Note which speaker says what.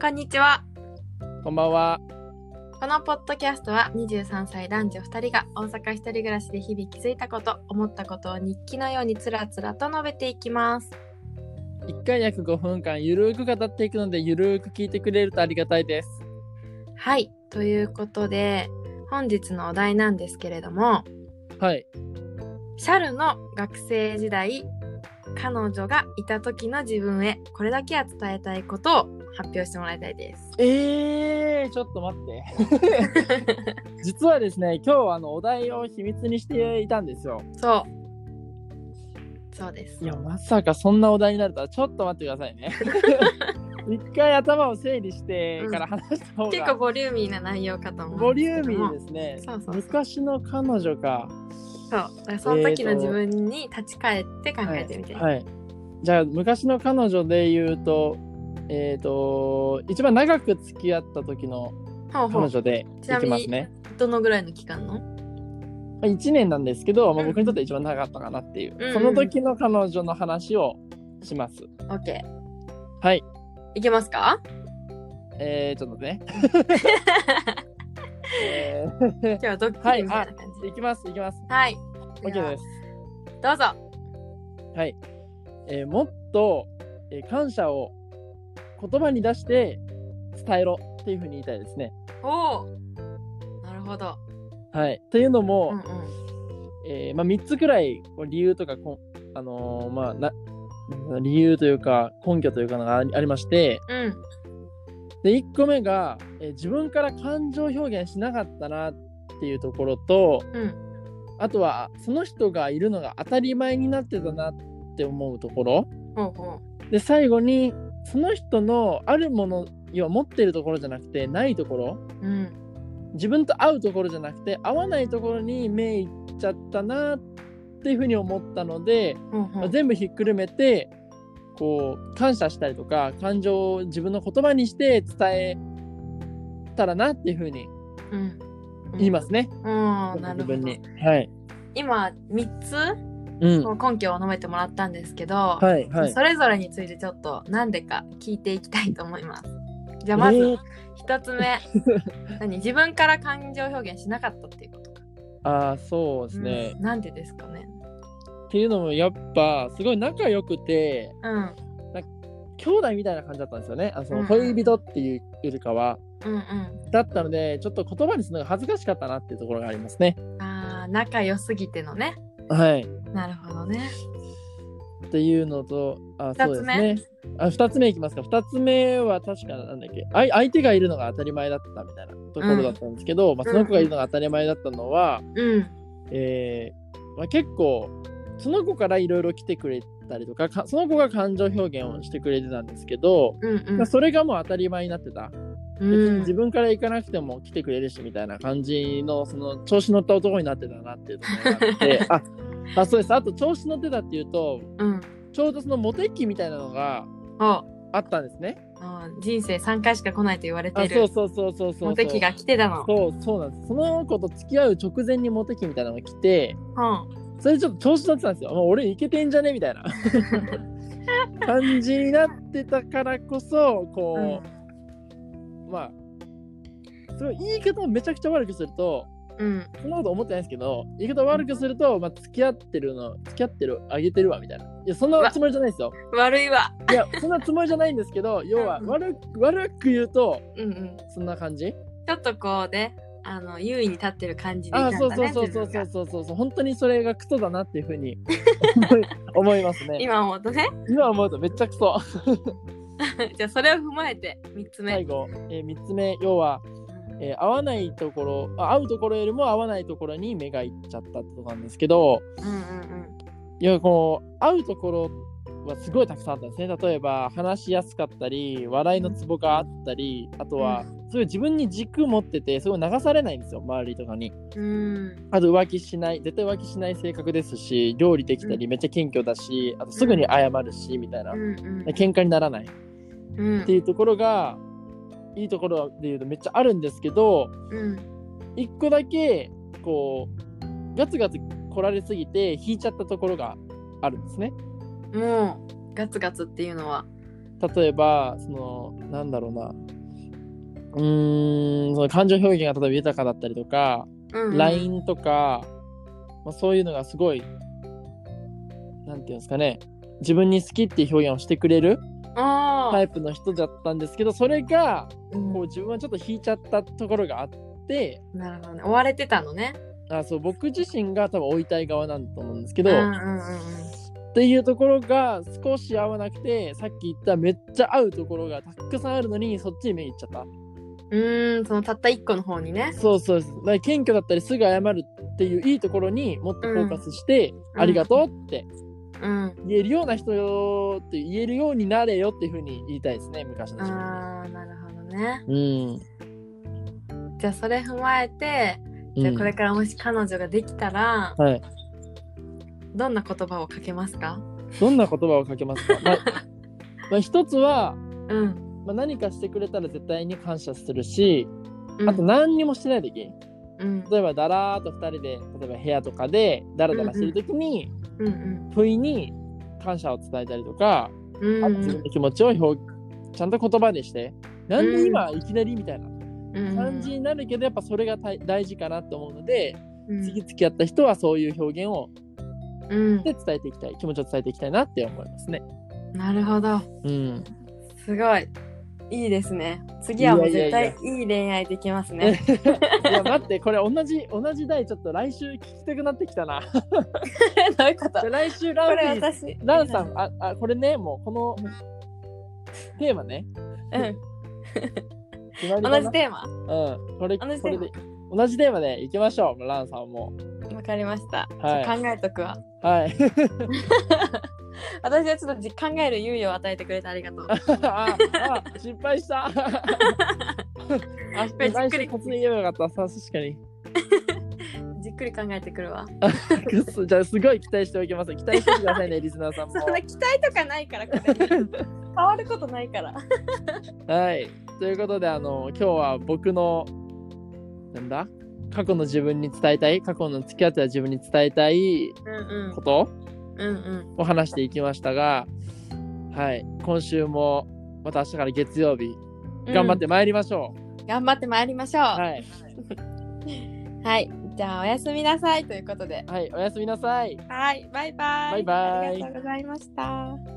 Speaker 1: こんにちは。
Speaker 2: こんばんは。
Speaker 1: このポッドキャストは23歳男女2人が大阪一人暮らしで日々気づいたこと、思ったことを日記のようにつらつらと述べていきます。
Speaker 2: 1回約5分間、ゆるーく語っていくので、ゆるーく聞いてくれるとありがたいです。
Speaker 1: はい、ということで、本日のお題なんですけれども、
Speaker 2: はい。
Speaker 1: シャルの学生時代、彼女がいた時の自分へ、これだけは伝えたいことを発表してもらいたいです。
Speaker 2: えー、ちょっと待って。 実はですね、今日はあのお題を秘密にしていたんですよ。
Speaker 1: そう。そうです。
Speaker 2: いや、まさかそんなお題になるとは、ちょっと待ってください ね。一回頭を整理してから話した方
Speaker 1: 結構
Speaker 2: が、
Speaker 1: ボリューミーな内容かと思う
Speaker 2: ボ
Speaker 1: んで
Speaker 2: リ
Speaker 1: す
Speaker 2: ュ
Speaker 1: けど
Speaker 2: ーミ
Speaker 1: も
Speaker 2: ーですね。
Speaker 1: そうそうそう
Speaker 2: 昔の彼女か。
Speaker 1: そうだからその時の自分に立ち返って考えてみて、
Speaker 2: はい、はいじゃあ昔の彼女で言うとえっ、と一番長く付き合った時の
Speaker 1: ほうほ
Speaker 2: 彼
Speaker 1: う
Speaker 2: 女でい
Speaker 1: ちなみ
Speaker 2: き
Speaker 1: に
Speaker 2: ますね、
Speaker 1: どのぐらいの期間の
Speaker 2: まあ、1年なんですけど、まあ、
Speaker 1: うん
Speaker 2: 僕にとって一番長かったかなっていう、
Speaker 1: うん
Speaker 2: その時の彼女の話をします
Speaker 1: ?OK
Speaker 2: はい
Speaker 1: いけますか
Speaker 2: えー、ちょっとね、
Speaker 1: 今
Speaker 2: え
Speaker 1: 日はドッキリみたいな感じ
Speaker 2: ー、いきますいきます
Speaker 1: はい、
Speaker 2: OK
Speaker 1: では
Speaker 2: です
Speaker 1: どうぞ
Speaker 2: はい、えーもっと、えー感謝を言葉に出して伝えろっていうふうに言いたいですね
Speaker 1: おおなるほど
Speaker 2: はいというのも、
Speaker 1: うんうん
Speaker 2: えーまあ、3つくらいこう理由とかこん、あのーまあ、な理由というか根拠というかのがありありまして
Speaker 1: うん
Speaker 2: で1個目が、えー自分から感情表現しなかったなっていうところと
Speaker 1: うん
Speaker 2: あとはその人がいるのが当たり前になってたなって思うところ
Speaker 1: ほうほ
Speaker 2: で最後にその人のあるもの要は持ってるところじゃなくてないところ
Speaker 1: ううん
Speaker 2: 自分と合うところじゃなくて合わないところに目いっちゃったなっていうふうに思ったので、
Speaker 1: ほうほ
Speaker 2: まあ
Speaker 1: う
Speaker 2: 全部ひっくるめてこう感謝したりとか感情を自分の言葉にして伝えたらなっていうふうに
Speaker 1: うん
Speaker 2: 言いますね、
Speaker 1: うんなる
Speaker 2: 自
Speaker 1: ほ
Speaker 2: 分
Speaker 1: ど
Speaker 2: にはい、
Speaker 1: 今3つ
Speaker 2: うん、
Speaker 1: こう根拠を述べてもらったんですけど、
Speaker 2: はいはい
Speaker 1: それぞれについてちょっと何でか聞いていきたいと思います。じゃあまず
Speaker 2: えー
Speaker 1: 1つ 目、何自分から感情表現しなかったっていうことか。
Speaker 2: ああそうですね、
Speaker 1: うんなんでですかね。
Speaker 2: っていうのもやっぱすごい仲良くて
Speaker 1: うん
Speaker 2: 兄弟みたいな感じだったんですよねあのそ
Speaker 1: うん
Speaker 2: の恋人っていうよりかは、
Speaker 1: うん
Speaker 2: だったのでちょっと言葉にするのが恥ずかしかったなっていうところがありますね
Speaker 1: うん。ああ仲良すぎてのね。
Speaker 2: はい
Speaker 1: なるほどね。
Speaker 2: っていうのと、あ、
Speaker 1: 二
Speaker 2: そ
Speaker 1: つ
Speaker 2: うですね。あ、二つ目いきますか。二つ目は確かなんだっけ。あい相手がいるのが当たり前だったみたいなところだったんですけど、まあ、その子がいるのが当たり前だったのは、
Speaker 1: うん
Speaker 2: えーまあ、結構、その子からいろいろ来てくれたりとかかその子が感情表現をしてくれてたんですけど、
Speaker 1: うん
Speaker 2: まあそれがもう当たり前になってた。
Speaker 1: うん。
Speaker 2: 別
Speaker 1: う
Speaker 2: に
Speaker 1: ん
Speaker 2: 自分から行かなくても来てくれるしみたいな感じのその調子乗った男になってたなっていうところがあって ああそうですあと調子乗ってたっていうと
Speaker 1: うん。
Speaker 2: ちょうどそのモテ期みたいなのが
Speaker 1: お
Speaker 2: あったんですね。
Speaker 1: あー人生3回しか来ないと言われて
Speaker 2: あそ
Speaker 1: る
Speaker 2: うそうそうそうそうそう。
Speaker 1: モテ期が来てたの。
Speaker 2: そうそうなんです。その子と付き合う直前にモテ期みたいなのが来て、
Speaker 1: う
Speaker 2: それでちょっと調子乗ってたんですよ。もう俺イケてんじゃねみたい な感じになってたからこそ、
Speaker 1: んうん
Speaker 2: こう、まあ、その言い方をめちゃくちゃ悪くすると、
Speaker 1: うん
Speaker 2: そんなこと思ってないんですけど、言い方を悪くすると、まあ、付き合ってるの、付き合ってる、あげてるわみたいな。いや、そんなつもりじゃないですよ。
Speaker 1: 悪いわ。
Speaker 2: いや、そんなつもりじゃないんですけど、要は
Speaker 1: うん
Speaker 2: 悪く、悪く言うと、
Speaker 1: うんうん。
Speaker 2: そんな感じ
Speaker 1: ちょっとこうね、あの優位に立ってる感じでい
Speaker 2: あ
Speaker 1: た
Speaker 2: あ
Speaker 1: んだね。
Speaker 2: そうそうそ
Speaker 1: 自
Speaker 2: うそうそ
Speaker 1: 分
Speaker 2: う
Speaker 1: が
Speaker 2: そうそうそう本当にそれがクソだなっていうふう に思い思いますね
Speaker 1: 今思うとね。
Speaker 2: 今思うとめっちゃクソ
Speaker 1: じゃあそれを踏まえて三つ目。
Speaker 2: 最後、えー、3つ目要は、えー合わないところあ合うところよりも合わないところに目がいっちゃったってことなんですけど
Speaker 1: うんうん
Speaker 2: いやこう合うところはすごいたくさんあったんですね例えば話しやすかったり笑いのツボがあったりあとは、そういう自分に軸持っててすごい流されないんですよ周りとかに
Speaker 1: うん。うん。
Speaker 2: あと浮気しない絶対浮気しない性格ですし料理できたりめっちゃ謙虚だしあとすぐに謝るしみたいな
Speaker 1: うんうん。
Speaker 2: 喧嘩にならないっ
Speaker 1: うん
Speaker 2: ていうところがいいところで言うとめっちゃあるんですけど
Speaker 1: うん。
Speaker 2: 一個だけこうガツガツ来られすぎて引いちゃったところがあるんですね
Speaker 1: もうガツガツっていうのは。
Speaker 2: 例えばそのなんだろうなうーんその感情表現が例えば豊かだったりとか、
Speaker 1: うんうん、
Speaker 2: LINE とか、まあ、そういうのがすごいなんていうんですかね自分に好きっていう表現をしてくれる
Speaker 1: あー
Speaker 2: タイプの人だったんですけどそれが
Speaker 1: うん
Speaker 2: こう自分はちょっと引いちゃったところがあって
Speaker 1: なるほどね追われてたのね
Speaker 2: あそう僕自身が多分追いたい側なんだと思うんですけ
Speaker 1: う
Speaker 2: ど、
Speaker 1: んうんうんうん
Speaker 2: っていうところが少し合わなくてさっき言っためっちゃ合うところがたくさんあるのにそっちに目いっちゃった
Speaker 1: うーんそのたった一個の方にね
Speaker 2: そうそうですだから謙虚だったりすぐ謝るっていういいところにもっとフォーカスして、
Speaker 1: うん
Speaker 2: ありがとうって
Speaker 1: うん
Speaker 2: 言えるような人よって言えるようになれよっていうふうに言いたいですね昔の自分
Speaker 1: あーなるほどね
Speaker 2: に
Speaker 1: じゃあそれ踏まえて
Speaker 2: うん
Speaker 1: じゃあこれ
Speaker 2: か
Speaker 1: からもし彼女ができたら、
Speaker 2: ら、はい、
Speaker 1: どんな言葉をかけますか
Speaker 2: どんな言葉をかけますか、まあ まあ、一つは、
Speaker 1: うん、
Speaker 2: まあ、何かしてくれたら絶対に感謝するし、
Speaker 1: うん、
Speaker 2: あと何にもしてないといけん
Speaker 1: うん
Speaker 2: 例えばだらーっと2人で例えば部屋とかでだらだらしてる時に、
Speaker 1: うんうん
Speaker 2: 不意に感謝を伝えたりとか、
Speaker 1: うん
Speaker 2: あと自分の気持ちを表ちゃんと言葉でしてなんで今いきなりみたいな
Speaker 1: うん
Speaker 2: 感じになるけどやっぱそれが大大事かなと思うので、
Speaker 1: うん
Speaker 2: 次付き合った人はそういう表現を
Speaker 1: うん
Speaker 2: で伝えていきたい気持ちを伝えていきたいなって思いますね。
Speaker 1: なるほど
Speaker 2: うん、
Speaker 1: すごいいいですね次はもう絶
Speaker 2: いやいやい
Speaker 1: 対
Speaker 2: や
Speaker 1: いい恋愛できますね
Speaker 2: いや待ってこれ同じ 同じ題ちょっと来週聞きたくなってきた な。じ
Speaker 1: どういうこと
Speaker 2: ゃあ来週ラ
Speaker 1: こ
Speaker 2: ウリ
Speaker 1: れ
Speaker 2: ー
Speaker 1: 私
Speaker 2: ランさん、あ、あ、これね、もう、この。テーマね。
Speaker 1: うん
Speaker 2: 決まりだな
Speaker 1: 同じテーマ
Speaker 2: うん、これ、
Speaker 1: 同じ
Speaker 2: こ
Speaker 1: テーマ
Speaker 2: れで。同じテーマで、行きましょう、ランさんも。
Speaker 1: わかりました、
Speaker 2: はい
Speaker 1: ちょっと考えとくわ
Speaker 2: はい。
Speaker 1: 私はちょっとじ考える猶予を与えてくれてありがとう
Speaker 2: あ、あ、失敗 した。あ、
Speaker 1: れじっ
Speaker 2: 来
Speaker 1: くり
Speaker 2: 週、こっちに言えばよかった、さ、確かに。
Speaker 1: じっくり考えてくるわ
Speaker 2: くっそじゃ、あすごい期待しておきます。期待してくださ いね、リスナーさんも
Speaker 1: そ。んな期待とかないからこれ に変わることないから
Speaker 2: はい。ということで、あの、今日は僕の、なんだ過去の自分に伝えたい過去の付き合ってた自分に伝えたい
Speaker 1: うん
Speaker 2: こと、
Speaker 1: うんうんうん
Speaker 2: を話していきましたが、はい、今週もまた明日から月曜日頑張ってまいりましょう。
Speaker 1: うん頑張ってまいりましょうは
Speaker 2: はい、
Speaker 1: い、じゃあおやすみなさいということで
Speaker 2: はい、おやすみなさい。
Speaker 1: はいバイバイ
Speaker 2: バイバイ
Speaker 1: ありがとうございました